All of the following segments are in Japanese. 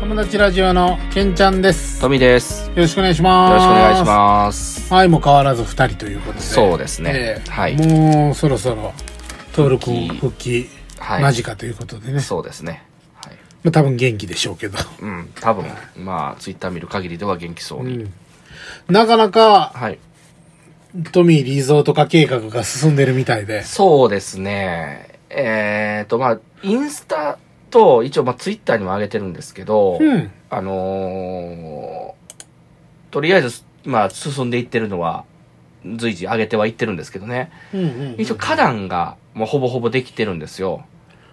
友達ラジオのけんちゃんです。よトミです。ろしくお願いしまよす。ろしくお願いします。はい、もう変わらず二人ということで。そうですねええはいもうそろそろ登録復帰はい間近ということでね。そうですね。はい。まあ多分元気でしょうけど。うん、多分、まあ、ツイッター見る限りでは元気そうに。なかなかはい。トミーリゾート化計画が進んでるみたいで。そうですね。えっ、ー、と、まあ、インスタと、一応、まあ、ツイッターにも上げてるんですけど、うん。あのーとりあえず、まあ、進んでいってるのは、随時上げてはいってるんですけどね。うんうん。一応花壇がもうほぼほぼできてるんですよ。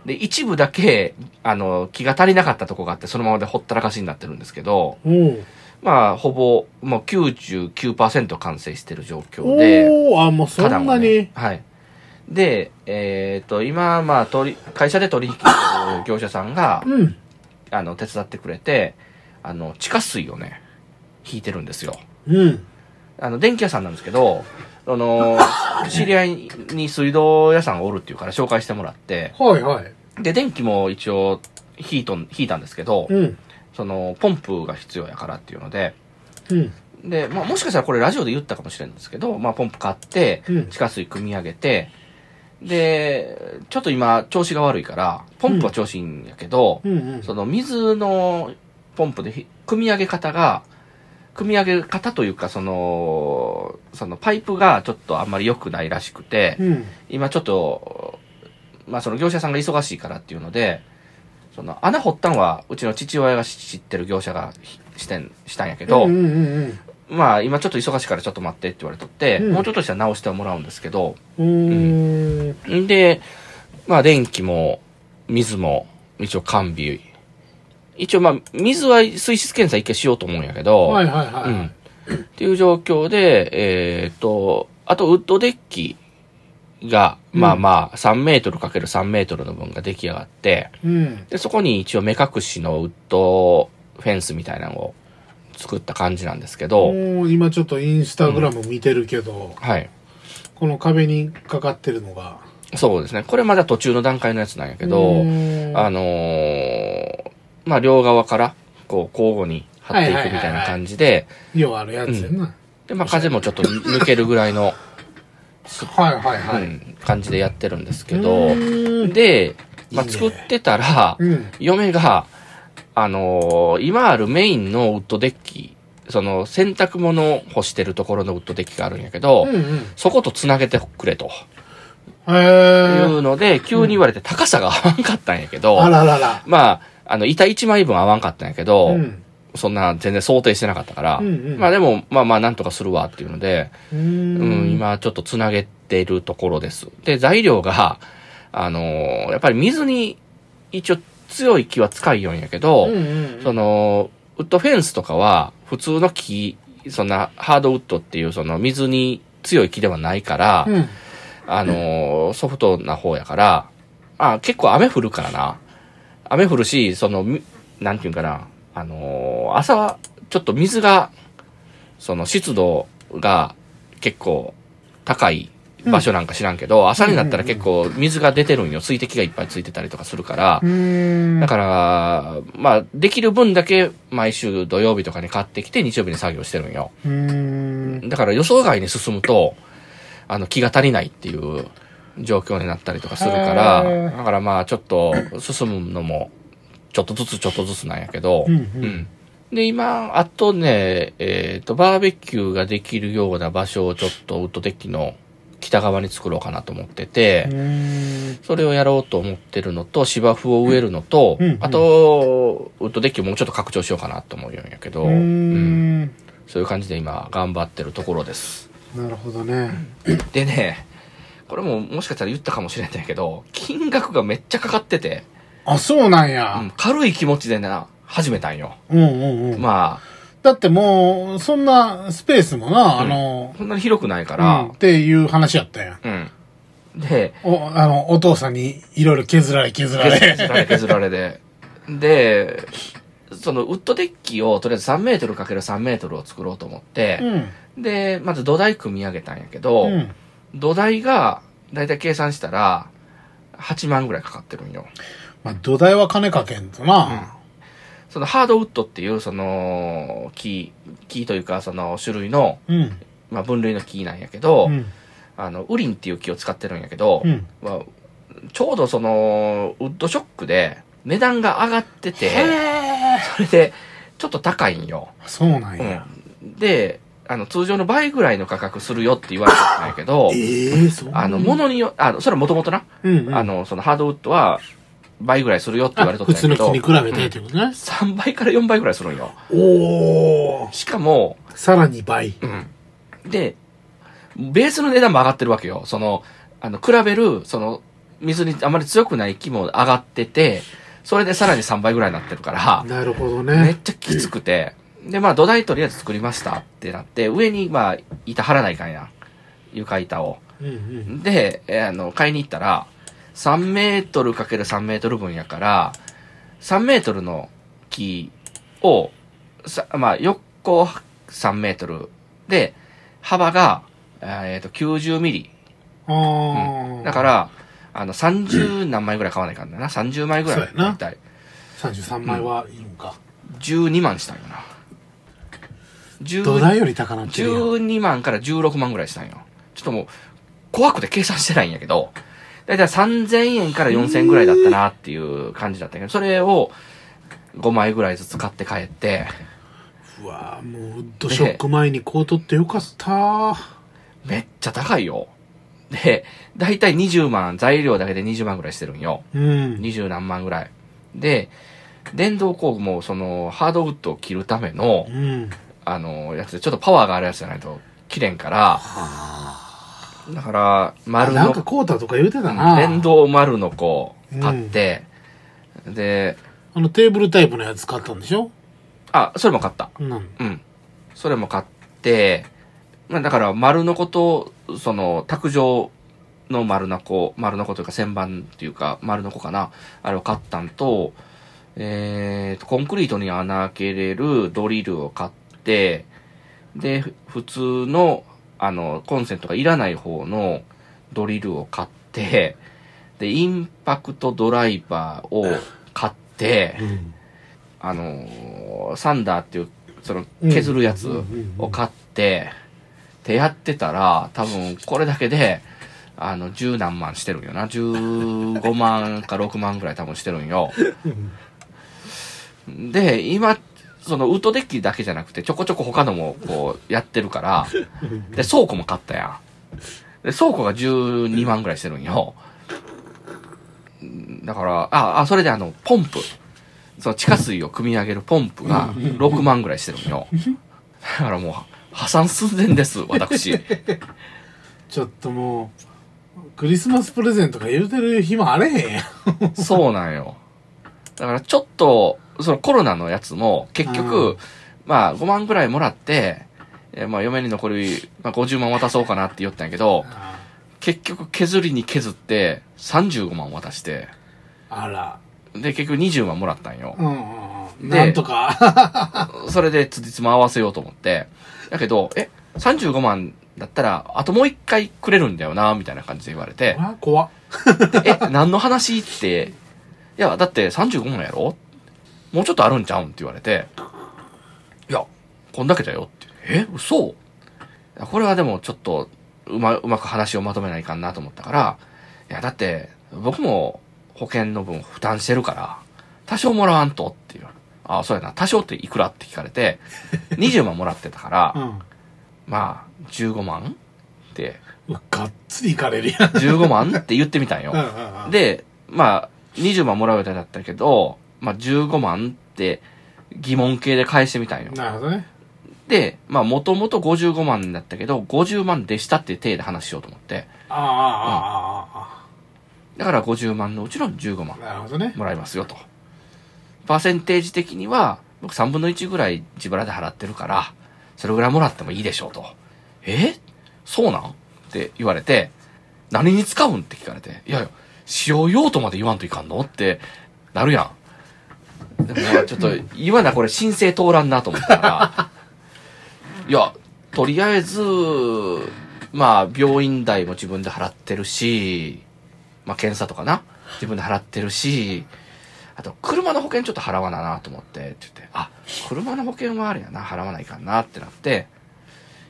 で、一部だけ、あの、気が足りなかったとこがあって、そのままでほったらかしになってるんですけど、おうまあ、ほぼ、もう99%完成してる状況で、おーあ、もうそんな花壇に。ねはい。で、えっ、と、今、まあ、取り、会社で取引してる業者さんが、うん。あの、手伝ってくれて、あの、地下水をね、引いてるんですよ。うん。あの、電気屋さんなんですけど、あの、知り合いに水道屋さんがおるっていうから紹介してもらって、はいはい。で、電気も一応、引いとん、引いたんですけど、うん。その、ポンプが必要やからっていうので、うん。で、まあ、もしかしたらこれラジオで言ったかもしれないんですけど、まあ、ポンプ買ってうん、地下水汲み上げて、で、ちょっと今、調子が悪いから、ポンプは調子いいんやけどう、んうん。その、水のポンプでひ、汲み上げ方が、汲み上げ方というか、その、その、パイプがちょっとあんまり良くないらしくて、うん。今ちょっと、まあその業者さんが忙しいからっていうので、その穴掘ったんはうちの父親が知ってる業者がひしてん、したんやけど、うんうんうんまあ今ちょっと忙しいからちょっと待ってって言われとって、うんもうちょっとしたら直してはもらうんですけど、うん。うーん。んで、まあ電気も水も一応完備。一応まあ水は水質検査一回しようと思うんやけど、はいはいはい。うん。っていう状況で、えーっと、あとウッドデッキが、うんまあまあ、3メートル ×3 メートルの分が出来上がって、うん。で、そこに一応目隠しのウッドフェンスみたいなのを作った感じなんですけど、もう今ちょっとインスタグラム見てるけど、はい。この壁にかかってるのが。そうですね。これまだ途中の段階のやつなんやけど、あの、のーまあ両側から、こう交互に張っていくみたいな感じで、要はあるやつやな。で、まあ風もちょっと抜けるぐらいの、はいはいはい。うん感じでやってるんですけど、うんで、まあ、いいね作ってたら、うん。嫁が、あのー今あるメインのウッドデッキ、その洗濯物を干してるところのウッドデッキがあるんやけど、うんうん。そこと繋げてくれとへいーうので、急に言われて高さが合わんかったんやけど、あららら。まあ、あの、板1枚分合わんかったんやけうど、ん。そんな全然想定してなかったから、うんうんまあでも、まあまあなんとかするわっていうので、ううん、ん。今ちょっとつなげてるところです。で、材料が、 あのーやっぱり水に一応強い木は使いよんやけど、うんうんその、ウッドフェンスとかは普通の木、そんなハードウッドっていうその水に強い木ではないから、うん。あのーソフトな方やから、あ、結構雨降るからな。雨降るし、その、みなんていうんかな、あのー朝は、ちょっと水が、その湿度が結構高い場所なんか知らんけど、朝になったら結構水が出てるんよ。水滴がいっぱいついてたりとかするからう、ん。だから、まあ、できる分だけ毎週土曜日とかに買ってきて日曜日に作業してるんよ。うん。だから予想外に進むと、あの、気が足りないっていう状況になったりとかするから、へーだからまあちょっと進むのも、ちょっとずつちょっとずつなんやけど、うんうんで、今、あとね、えっ、と、バーベキューができるような場所をちょっとウッドデッキの北側に作ろうかなと思ってて、うん。それをやろうと思ってるのと、芝生を植えるのと、うんうんあと、ウッドデッキをもうちょっと拡張しようかなと思うんやけど、ううんん。そういう感じで今、頑張ってるところです。なるほどね。でね、これももしかしたら言ったかもしれないけど、金額がめっちゃかかってて、あ、そうなんうやん。軽い気持ちでな、始めたんよ。うんうんうん。まだってもう、そんなスペースもな、ああ、の、そんなに広くないかうんらっ、ていう話やったやん。うん。で、お、あの、お父さんにいろいろ削られ削ら れ。削られ削られで。で、そのウッドデッキをとりあえず3メートル ×3 メートルを作ろうと思って、ん。で、まず土台組み上げたんやけど、うん。土台が、だいたい計算したら、8万ぐらいかかってるんよ。まあ、土台は金かけんとな。そのハードウッドっていう、その、木、木というか、その種類の、うん。まあ、分類の木なんやけど、うん。あの、ウリンっていう木を使ってるんやけど、うん。まあ、ちょうどその、ウッドショックで、値段が上がってて、へーそれで、ちょっと高いんよ。そうなんや。うん、であの通常の倍ぐらいの価格するよって言われてたんやけど ええ、そう。あの物によあのそれはもともとな、うんうん、あのそのハードウッドは倍ぐらいするよって言われとった普んやけ通どの木に比べてってことね。 3倍から4倍ぐらいするんよおー。しかも、さらに倍。うん、でベースの値段も上がってるわけよそのあの比べるその水にあまり強くない木も上がっててそれでさらに3倍ぐらいになってるからなるほどめっね。ちゃきつくて、で、まあ土台とりあえず作りましたってなって、上にまあ板張らないかんや。床板を。うんうん。で、えーあの、買いに行ったら、3メートルかける3メートル分やから、3メートルの木を、さまあ横3メートルで、幅が、えっ、と、90ミリ。ああ。だか、ら、あの、30何枚ぐらい買わないかんだな。30枚ぐらい。そうやな大体33枚はいいのか。 12万したんよな。12土台より高なってるやん。 12万から16万ぐらいしたんよ。ちょっともう、怖くて計算してないんやけど、だいたい3000円から4000円ぐらいだったなっていう感じだったけど、それを5枚ぐらいずつ買って帰って、うわあ、もうウッドショック前にこう取ってよかったー。めっちゃ高いよ。で、だいたい20万、材料だけで20万ぐらいしてるんよ。うん。 20何万ぐらい。で、電動工具もその、ハードウッドを切るためのう、ん。あの、やつで、ちょっとパワーがあるやつじゃないと切れんから、だから、あ丸なんのかこうたとか言うてたな。電動丸のこう買って、で、あのテーブルタイプのやつ買ったんでしょあ、それも買った。うん。うん。それも買って、まあだから丸のこと、その、卓上の丸のこ、丸のこというか旋盤っていうか丸のこかな。あれを買ったんと、えーと、コンクリートに穴開けれるドリルを買って、で、ふ普通の、あの、コンセントがいらない方のドリルを買って、で、インパクトドライバーを買って、うん。あのーサンダーっていう、その、削るやつを買って、ってやってたら、多分これだけで、あの、十何万してるんよな。15万か6万ぐらい多分してるんよ。で、今、その、ウッドデッキだけじゃなくて、ちょこちょこ他のも、こう、やってるから、で、倉庫も買ったやん。で、倉庫が12万ぐらいしてるんよ。うんだから、あ、あ、それであの、ポンプ。その地下水を汲み上げるポンプが6万ぐらいしてるんよ。だからもう、破産寸前です、私。ちょっともう、クリスマスプレゼントとか言うてる暇あれへんやん。そうなんよ。だからちょっと、そのコロナのやつも、結う局ん、まあ5万ぐらいもらって、えーまあ嫁に残り、まあ50万渡そうかなって言ったんやけど、結局削りに削って、35万渡して、あら。で、結局20万もらったんよう。んうんうん。でなんとか。それでつじつま合わせようと思って。だけど、え、35万だったら、あともう一回くれるんだよな、みたいな感じで言われて、 あ怖っでえ、何の話って、いや、だって35万やろもうちょっとあるんちゃうんって言われて、いや、こんだけだよって。え、嘘いやこれはでもちょっと、うま、うまく話をまとめないかんなと思ったから、いや、だって、僕も保険の分負担してるから、多少もらわんとっていう。あ、そうやな。多少っていくらって聞かれて、20万もらってたからう、ん。まあ、15万って、うわがっつりいかれるやん。 15万って言ってみたんよう。んうんうんで、まあ、20万もらう予定だったけど、まあ、15万って疑問形で返してみたんよ。なるほどね。で、まあ、もともと55万だったけど、50万でしたっていう体で話しようと思って。あああああああだから50万のうちの15万あ。なるほどね。もらいますよと。パーセンテージ的には、僕3分の1ぐらい自腹で払ってるから、それぐらいもらってもいいでしょうと。えそうなんって言われて、何に使うんって聞かれて、いやいや、使用用途まで言わんといかんのってなるやん。でもまあちょっと、言わなこれ申請通らんなと思ったから、いや、とりあえず、まあ、病院代も自分で払ってるし、まあ、検査とかな、自分で払ってるし、あと、車の保険ちょっと払わななと思って、って言って、あ、車の保険はあれやな、払わないかんなってなって、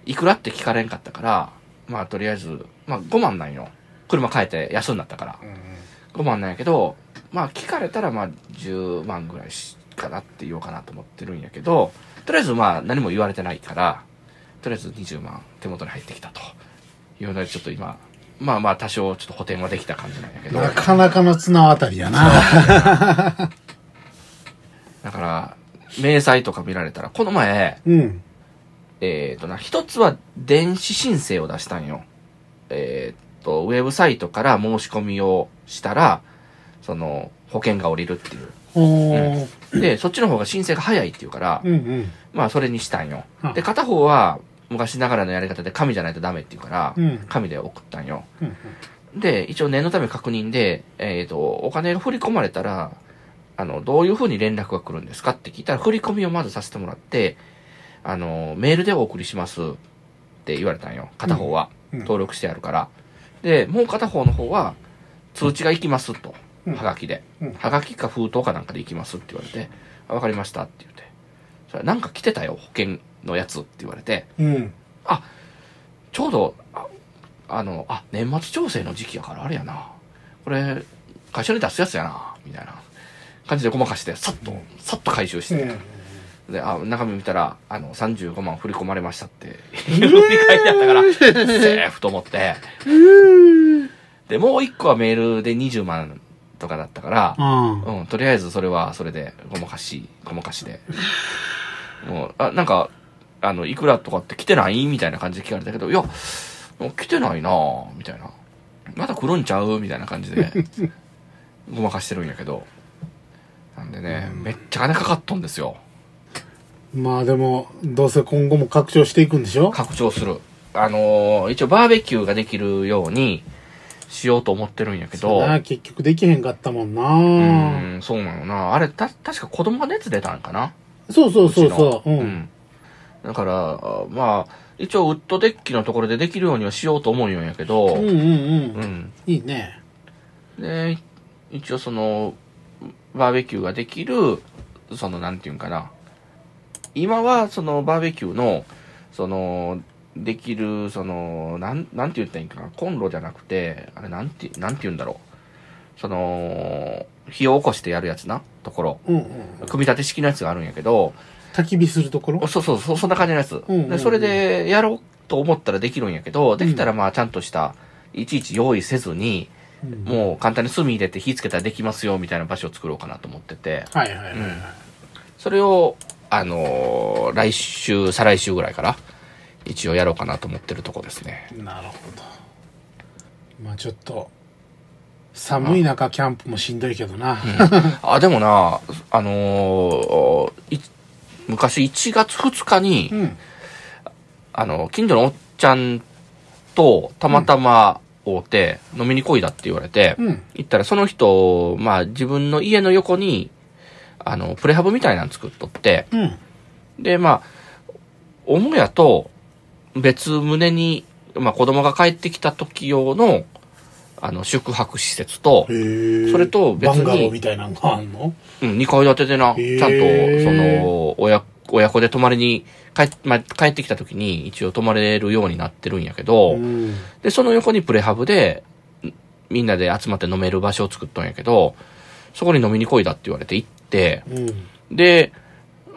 いくらって聞かれんかったから、まあ、とりあえず、まあ、5万なんよ。車変えて安になったから。うんうん5万なんやけど、まあ、聞かれたら、まあ、10万ぐらいしかなって言おうかなと思ってるんやけど、とりあえず、まあ、何も言われてないから、とりあえず20万手元に入ってきたと。いうので、ちょっと今、まあまあ、多少ちょっと補填はできた感じなんやけど。なかなかの綱渡りやな。だから、明細とか見られたら、この前、うん。えっ、とな、一つは電子申請を出したんよ。えっ、と、ウェブサイトから申し込みをしたら、その、保険が降りるっていう。おー。で、そっちの方が申請が早いっていうからう、んうん。まあ、それにしたんようん。で、片方は、昔ながらのやり方で紙じゃないとダメっていうからうん、紙で送ったんよ。うんで、一応念のため確認で、えっ、と、お金が振り込まれたら、あの、どういうふうに連絡が来るんですかって聞いたら、振り込みをまずさせてもらって、あの、メールでお送りしますって言われたんよ。片方は。うん登録してあるから。で、もう片方の方は、通知が行きますと。うんはがきでうん。はがきか封筒かなんかで行きますって言われて、あわかりましたって言って。それなんか来てたよ、保険のやつって言われて、うん。うん。ちょうど、ああの、あ、年末調整の時期やからあれやな。これ、会社に出すやつやな、みたいな感じでごまかして、さっと、さっと回収しうて。んで、あ、中身見たら、あの、35万振り込まれまし たって、いうのに書いてあったから、セーフと思って。で、もう一個はメールで20万とかだったから、うん。うん、とりあえずそれはそれで、ごまかし、ごまかしで。もう、あ、なんか、あの、いくらとかって来てないみたいな感じで聞かれたけど、いや、もう来てないなぁみたいな。まだ来るんちゃうみたいな感じで、ごまかしてるんやけど。なんでね、めっちゃ金かかっとんですよ。まあでも、どうせ今後も拡張していくんでしょ拡張する。あのー一応バーベキューができるようにしようと思ってるんやけど。なあ結局できへんかったもんうな。ん、そうなのな。あれ、た、確か子供が熱出たんかなそうそうそうそう。う。うんん。だから、あまあ、一応ウッドデッキのところでできるようにはしようと思うんやけど、うんうんう。うんん。いいね。で、一応その、バーベキューができる、その、なんていうんかな。今は、その、バーベキューの、その、できる、その、なん、なんて言ったらいいんかな。コンロじゃなくて、あれ、なんて、なんて言うんだろう。その、火を起こしてやるやつな、ところ。うんうん。組み立て式のやつがあるんやけど、焚き火するところ そうそうそう、そんな感じのやつ。うんうんうんでそれでやろうと思ったらできるんやけど、できたらまあちゃんとした、いちいち用意せずに、うんもう簡単に炭入れて火つけたらできますよみたいな場所を作ろうかなと思ってて、はいはいはいはい。それを、あのー来週、再来週ぐらいから、一応やろうかなと思ってるとこですね。なるほど。まあちょっと、寒い中キャンプもしんどいけどな。あ、でもな、あのーい昔1月2日に、うん。あの、近所のおっちゃんとたまたま会うて、飲みに来いだって言われて、うん。行ったらその人、まあ自分の家の横に、あの、プレハブみたいなの作っとって、うん。で、まあ、母屋と別棟に、まあ子供が帰ってきた時用の、あの、宿泊施設と、へえ。それと別バにンガローみたいなのがあんのうん、2階建てでへな、ーちゃんと、その、親、親子で泊まりに、帰っ、まあ、帰ってきた時に一応泊まれるようになってるんやけうど、ん。で、その横にプレハブで、んみんなで集まって飲める場所を作ったんやけど、そこに飲みに来いだって言われて行って、うん。で、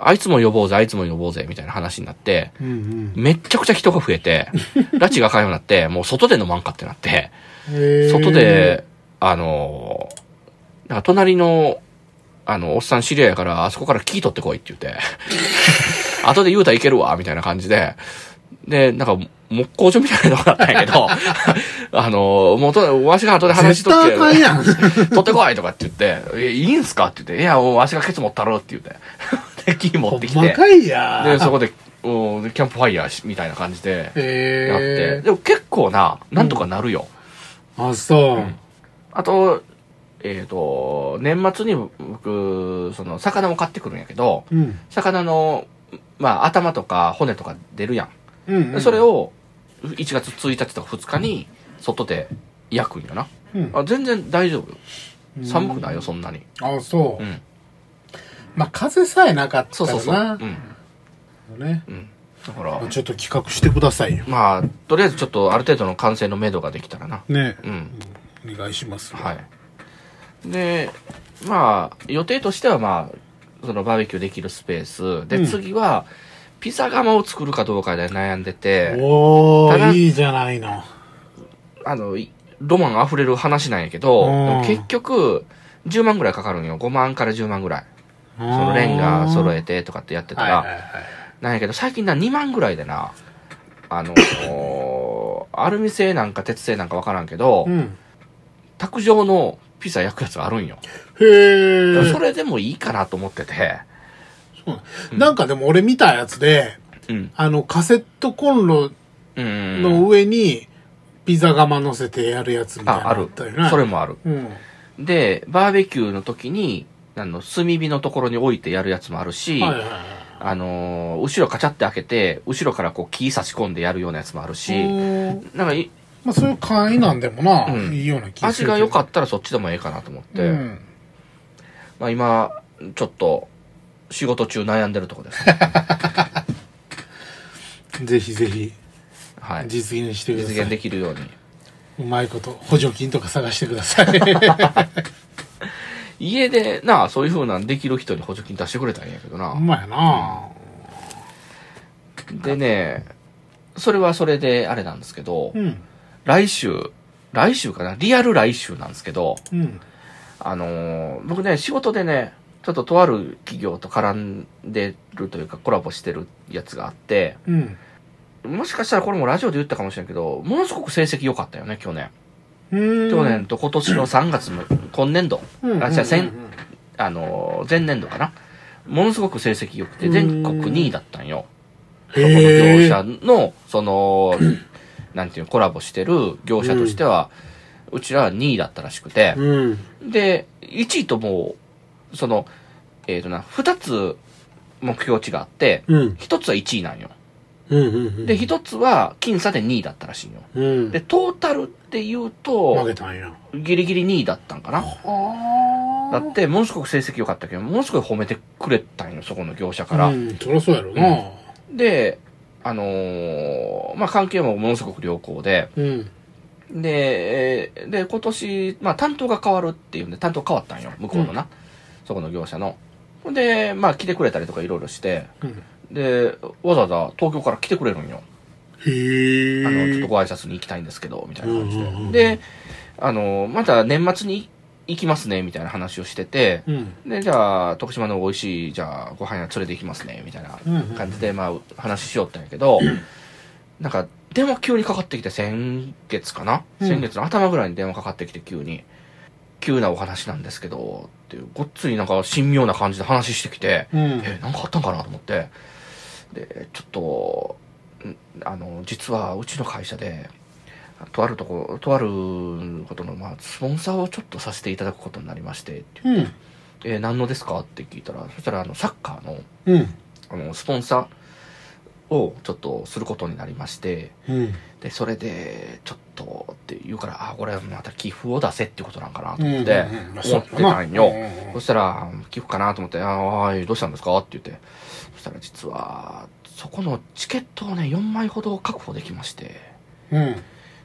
あいつも呼ぼうぜ、あいつも呼ぼうぜ、みたいな話になって、うんうん。めっちゃくちゃ人が増えて、拉致がかようになって、もう外で飲まんかってなって、へー外で、あの、なんか隣の、あの、おっさん知り合いやから、あそこからキー取ってこいって 言って、後で言うたらいけるわ、みたいな感じで、で、なんか、木工所みたいなのがあったんや けど、あの、もうと、わしが後で話し絶とっ対てあ、かんやん。取ってこいとかって言って、え、いいんすかって言って、いや、もうわしがケツ持ったろって言 って、で、キー持ってきほんまて、かいや。で、そこで、おキャンプファイヤーしみたいな感じで、やって、へえ。でも結構な、なんとかなるよ。あ、そう。あと、えっ、と、年末に僕、その、魚を買ってくるんやけど、うん。魚の、まあ、頭とか骨とか出るやん。うん、でそれ、を、1月1日とか2日に、外で焼くんよな。うん、あ全然大丈夫。うん寒くないよ、そんなに。あそう、うん。まあ風さえなかったそうらなそうそう。うん。ねうん。だからまあ、ちょっと企画してくださいよまあ、とりあえずちょっとある程度の完成の目処ができたらな。ねうん。お願いしますはい。で、まあ、予定としては、まあ、そのバーベキューできるスペース。で、うん次は、ピザ窯を作るかどうかで悩んでて、おただーいいじゃないのあの、いロマン溢れる話なんやけど、うんでも結局、10万ぐらいかかるんよ。5万から10万ぐらい。そそのレンガ揃えてとかってやってたはいら、はいはいなんやけど、最近な、2万ぐらいでな、あの ーアルミ製なんか鉄製なんかわからんけど、うん卓上のピザ焼くやつがあるんよ。へえそれでもいいかなと思ってて、なんかでも俺見たやつでうん。あのカセットコンロうん。の上にピザ窯乗せてやるやつみたいなあ、あのるったよな。それもある。うんで、バーベキューの時に、あの、炭火のところに置いてやるやつもあるし、はいはいはいあのー後ろカチャって開けて、後ろからこう木差し込んでやるようなやつもあるうし、ーんなんかい、まあそういう簡易なんでもな、うんいいような気がす味るが良かっったらそっちでもええかなと思って、うん、まあ今、ちょっと、仕事中悩んでるとこ です。ぜひぜひはい。実現してください実現できるように。うまいこと補助金とか探してくださ い家で、なあ、そういう風なんできる人に補助金出してくれたらいいんやけどほな。んまやなでね、それはそれであれなんですけど、うん来週、来週かなリアル来週なんですけど、うんあのー僕ね、仕事でね、ちょっととある企業と絡んでるというかコラボしてるやつがあって、うんもしかしたらこれもラジオで言ったかもしれんけど、ものすごく成績良かったよね、去年。うーん去年と今年の3月の 今年度、うんあじゃあせんうんうんあのー前年度かな。ものすごく成績良くて、全国2位だったんよ。へそこの業え者の、その、 なんていうのコラボしてる業者としては、うちらは2位だったらしくて、うんで、1位ともう、その、えっ、とな、2つ目標値があって、うん1つは1位なんよ。うんうんうんで、1つは僅差で2位だったらしいんよ。うんで、トータルって言う負とけ、たんやギリギリ2位だったんかな。あだって、ものすごく成績良かったけど、ものすごい褒めてくれたんよ、そこの業者から。うんそりゃそうやろなで、あのーまあ、関係もものすごく良好で、うんで、えーで、今年、まあ、担当が変わるっていうんで、担当変わったんよ、向こうのな。そこの業者の。ほんで、まあ、来てくれたりとかいろいろして、うんで、わざわざ東京から来てくれるんよ。へえあの、ちょっとご挨拶に行きたいんですけど、みたいな感じうんうんうんで。で、あの、また年末に行きますね、みたいな話をしてて、うんで、じゃあ、徳島の美味しい、じゃあ、ご飯屋連れて行きますね、みたいなうんうん感じで、まあ、話しようったんやけど、なんか、電話急にかかってきて、先月かな、うん先月の頭ぐらいに電話かかってきて、急に、急なお話なんですけど、っていう、ごっついなんか、神妙な感じで話してきて、うんえ、なんかあったんかなと思って、で、ちょっと、んあの、実は、うちの会社で、とあるとこ、とあることの、まあ、スポンサーをちょっとさせていただくことになりまして、っていううんえー何のですかって聞いたら、そしたら、あの、サッカーの、うんあの、スポンサーをちょっとすることになりまして、うんで、それで、ちょっとって言うから、あ、これはまた寄付を出せってことなんかなとうん思うっんて、まあ思ってたんよそうやなそしたら、寄付かなと思って、あはい、どうしたんですかって言って、そしたら実は、そこのチケットをね、4枚ほど確保できまして、うん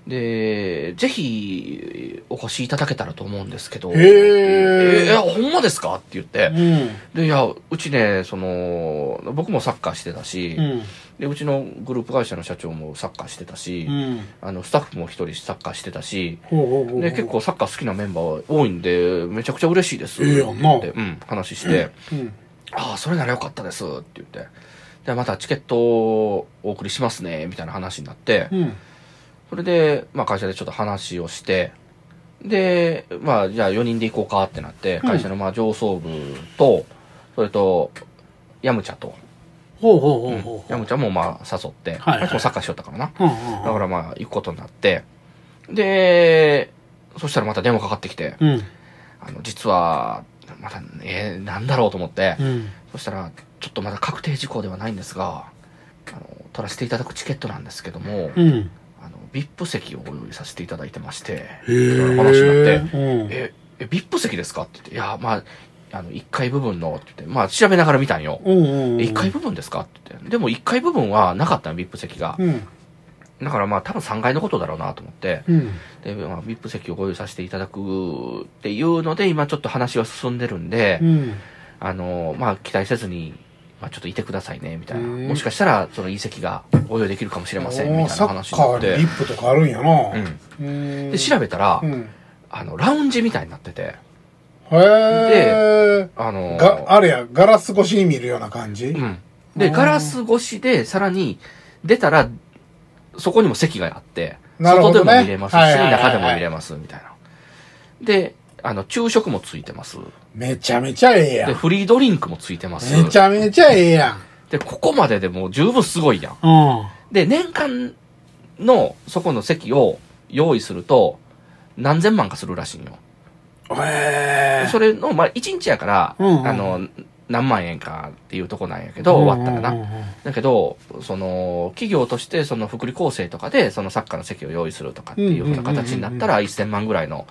で、ぜひ、お越しいただけたらと思うんですけど、へーえーほんまですかって言って、うんで、いや、うちね、その、僕もサッカーしてたし、うんで、うちのグループ会社の社長もサッカーしてたし、うんあの、スタッフも一人サッカーしてたし、ほうほうほうほうで、結構サッカー好きなメンバー多いんで、めちゃくちゃ嬉しいです。ええやんなって、うん、話して、 うんああ、それならよかったです、って言って。で、またチケットをお送りしますね、みたいな話になって、うんそれで、まあ会社でちょっと話をして、で、まあじゃあ4人で行こうかってなって、うん会社のまあ上層部と、それと、ヤムチャと、ほうほうほうほうほうヤムチャもまあ誘っはて、いはいあいつもサッカーしよったからな。うんうんうんだからまあ行くことになって、で、そしたらまた電話かかってきて、うんあの、実は、また、えー、なんだろうと思って、うんそしたら、ちょっとまだ確定事項ではないんですが、あの、取らせていただくチケットなんですけども、うんあの、VIP 席をご用意させていただいてまして、へえ話になって、うんえ、え、VIP 席ですかって言って、いや、まあ、あの、1階部分の、って言って、まあ、調べながら見たんよ。うんうんうん。 1階部分ですかって言って。でも1階部分はなかったの、VIP 席が。うん。だからまあ、多分3階のことだろうなと思って、うん。で、まあ、VIP 席をご用意させていただくっていうので、今ちょっと話は進んでるんで、うん。あの、まあ、期待せずに、まあ、ちょっといてくださいね、みたいな。うんもしかしたら、その隕石が応用できるかもしれませおん、みーたいサなッ話にカなっーてに。リップとかあるんやな。うん。んで、調べたら、うん。あの、ラウンジみたいになってて、へえ。あの、が、あれや、ガラス越しに見るような感じうん。で、あーガラス越しで、さらに、出たら、そこにも席があって、なるほどね外でも見れますし、はいはいはいはい中でも見れます、みたいな。で、あの、昼食もついてます。めちゃめちゃええやで、ん。フリードリンクもついてます。めちゃめちゃええやん。で、ここまででもう十分すごいやん。うん。で、年間のそこの席を用意すると、何千万かするらしいんよ。へえ。それの、まあ、1日やから、うんうんあの、何万円かっていうとこなんやけど、終わったらな。うんうんうんだけど、その、企業として、その、福利厚生とかで、そのサッカーの席を用意するとかっていうふうな形になったら、1000万ぐらいの、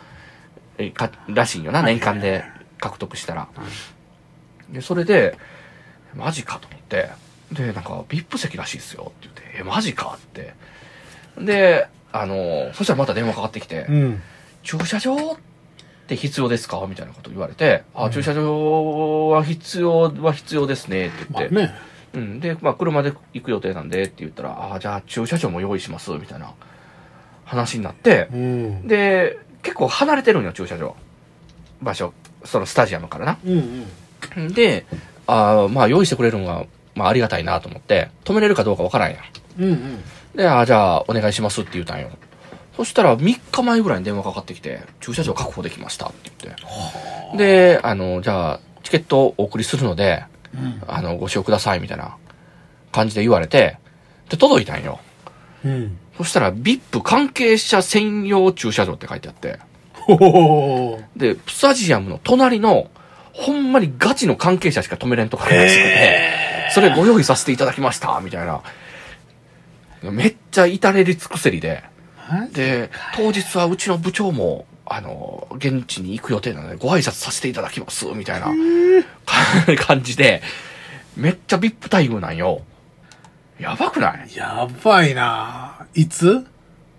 えからしいんよな、年間で獲得したら。で、それで、マジかと思って、で、なんか、VIP 席らしいですよって言って、え、マジかって。で、あの、そしたらまた電話かかってきて、うん。駐車場って必要ですかみたいなこと言われて、あ、駐車場は必要は必要ですねってま言あって、ね。うん、で、まあ、車で行く予定なんでって言ったら、ああ、じゃあ駐車場も用意します、みたいな話になって、うん。で、結構離れてるんよ、駐車場。場所、そのスタジアムからな。うんうん。で、ああ、まあ、用意してくれるのが、まあ、ありがたいなと思って、止めれるかどうかわからんやん。うんうん。で、ああ、じゃあ、お願いしますって言うたんよ。そしたら、3日前ぐらいに電話かかってきて、駐車場確保できましたって言って。で、あの、じゃあ、チケットをお送りするので、うんあの、ご使用ください、みたいな感じで言われて、で、届いたんよ。うん。そしたら、VIP 関係者専用駐車場って書いてあって、ほほほほ。で、スタジアムの隣の、ほんまにガチの関係者しか止めれんところらしくて、それご用意させていただきました、みたいな。めっちゃ至れり尽くせりで、で、当日はうちの部長も、あの、現地に行く予定なので、ご挨拶させていただきます、みたいなか 感じで、めっちゃ VIP 待遇なんよ。やばくないやばいないつ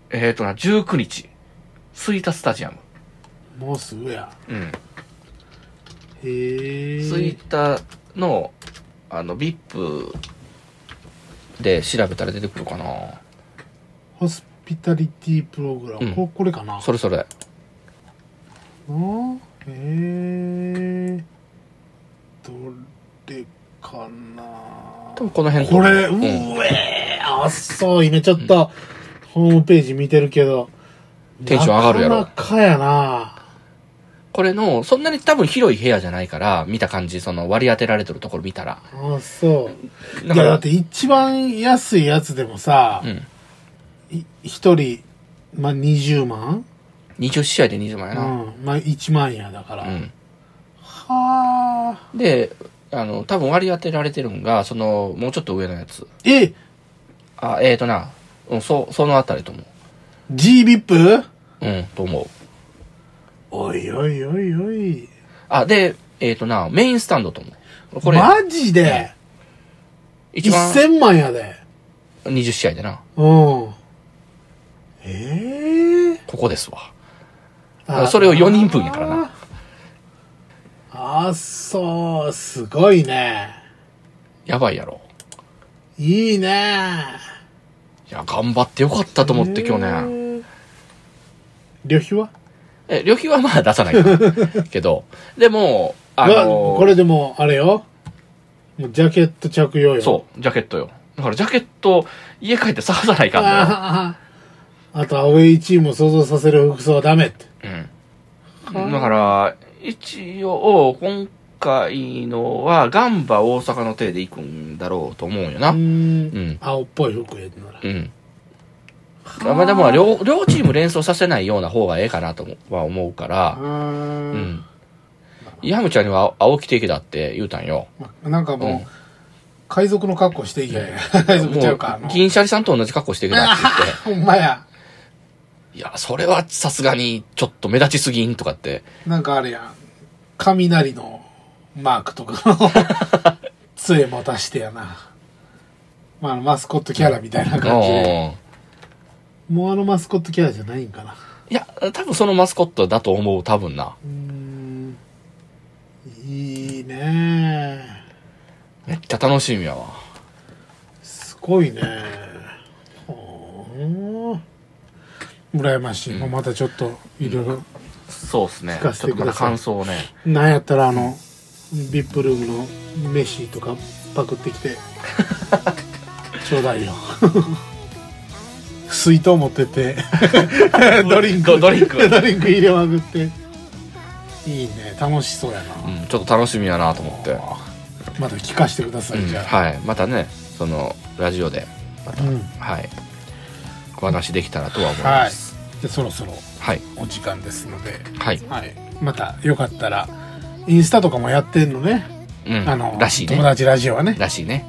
えーとな、19日、スイタスタジアム。もうすぐや。うん。へえ。ツイッターの、あの、VIP で調べたら出てくるかな。ホスピタリティプログラム。うんここれかなそれそれ。うんへえ。どれかな多分この辺とこれ、ううん。えー、あっそう、今ちょっと、ホームページ見てるけど。テンション上がるやろなかなかやなこれの、そんなに多分広い部屋じゃないから、見た感じ、その割り当てられてるところ見たら。あっそう。だいや、かだらっ、て一番安いやつでもさう、ん。い一人、まあ、20万20試合で20万うやな。ん。まあ、1万やだから。うん。はあ。で、あの、多分割り当てられてるんが、その、もうちょっと上のやつ。え、あ、えーとな、うん、そ、そのあたりと思 G-VIP? う。うん、と思う。おいおいおいおい。あ、で、えーとな、メインスタンドと思う。これ、マジで一番 ?1000 万やで。 20試合でな、うん。ええここですわ。あそれを4人分やからな。ああ、そう、すごいね。やばいやろ。いいね。いや、頑張ってよかったと思って、去年。年。旅費はえ、旅費はまあ出さな いから。けど、でも、あまあの、これでも、あれよ。もうジャケット着用よ。そう、ジャケットよ。だからジャケット、家帰って探さないかんのよ。あーあと、アウェイチームを想像させる服装はダメって。うん。だから、一応、今回のは、ガンバ大阪の手で行くんだろうと思うよな。ううん。ー。うんん。青っぽい服やったなら。まあでも、両、両チーム連想させないような方がええかなとは思うから、う。うんん。ヤムちゃんには青着ていけだって言うたんよ。なんかもう、うん海賊の格好していけ。海賊ちゃうか。あの 銀シャリさんと同じ格好していけだって言って。ほんまや。いいや、それはさすがにちょっと目立ちすぎんとかって。なんかあれやん。雷のマークとかの杖持たしてやな。まあ、あのマスコットキャラみたいな感じで。うんもうあのマスコットキャラじゃないんかな。いや、多分そのマスコットだと思う、多分な。うーん。いいねめっちゃ楽しみやわ。すごいねほー羨ましい。またちょっと、いろいろ。そうですね聞かせてください想をね。なんやったらあの、ビップルームの飯とかパクってきて、ちょうだいよ。 水筒持ってって、ドリンク、 ドリンクドリンク入れまくって。いいね、楽しそうやな。うん、ちょっと楽しみやなと思って。また聞かせてください、うんじゃあ。はい。またね、その、ラジオで、また、うんはい。お話できたらとは思います。じゃあそろそろはい。お時間ですので、はい。はい、またよかったら、インスタとかもやってんのね。うん。あの、らしい友ね。達ラジオはね。らしいね。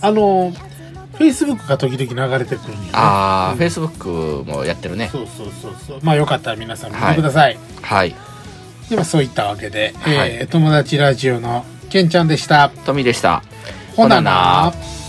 あの、フェイスブックが時々流れてくるんよね。あうんー、Facebook もやってるね。そうそうそうそう。まあよかったら皆さん見てください。はい。ではそういったわけで、はいえー友達ラジオのけんちゃんでした。トミーでした。ほななほなな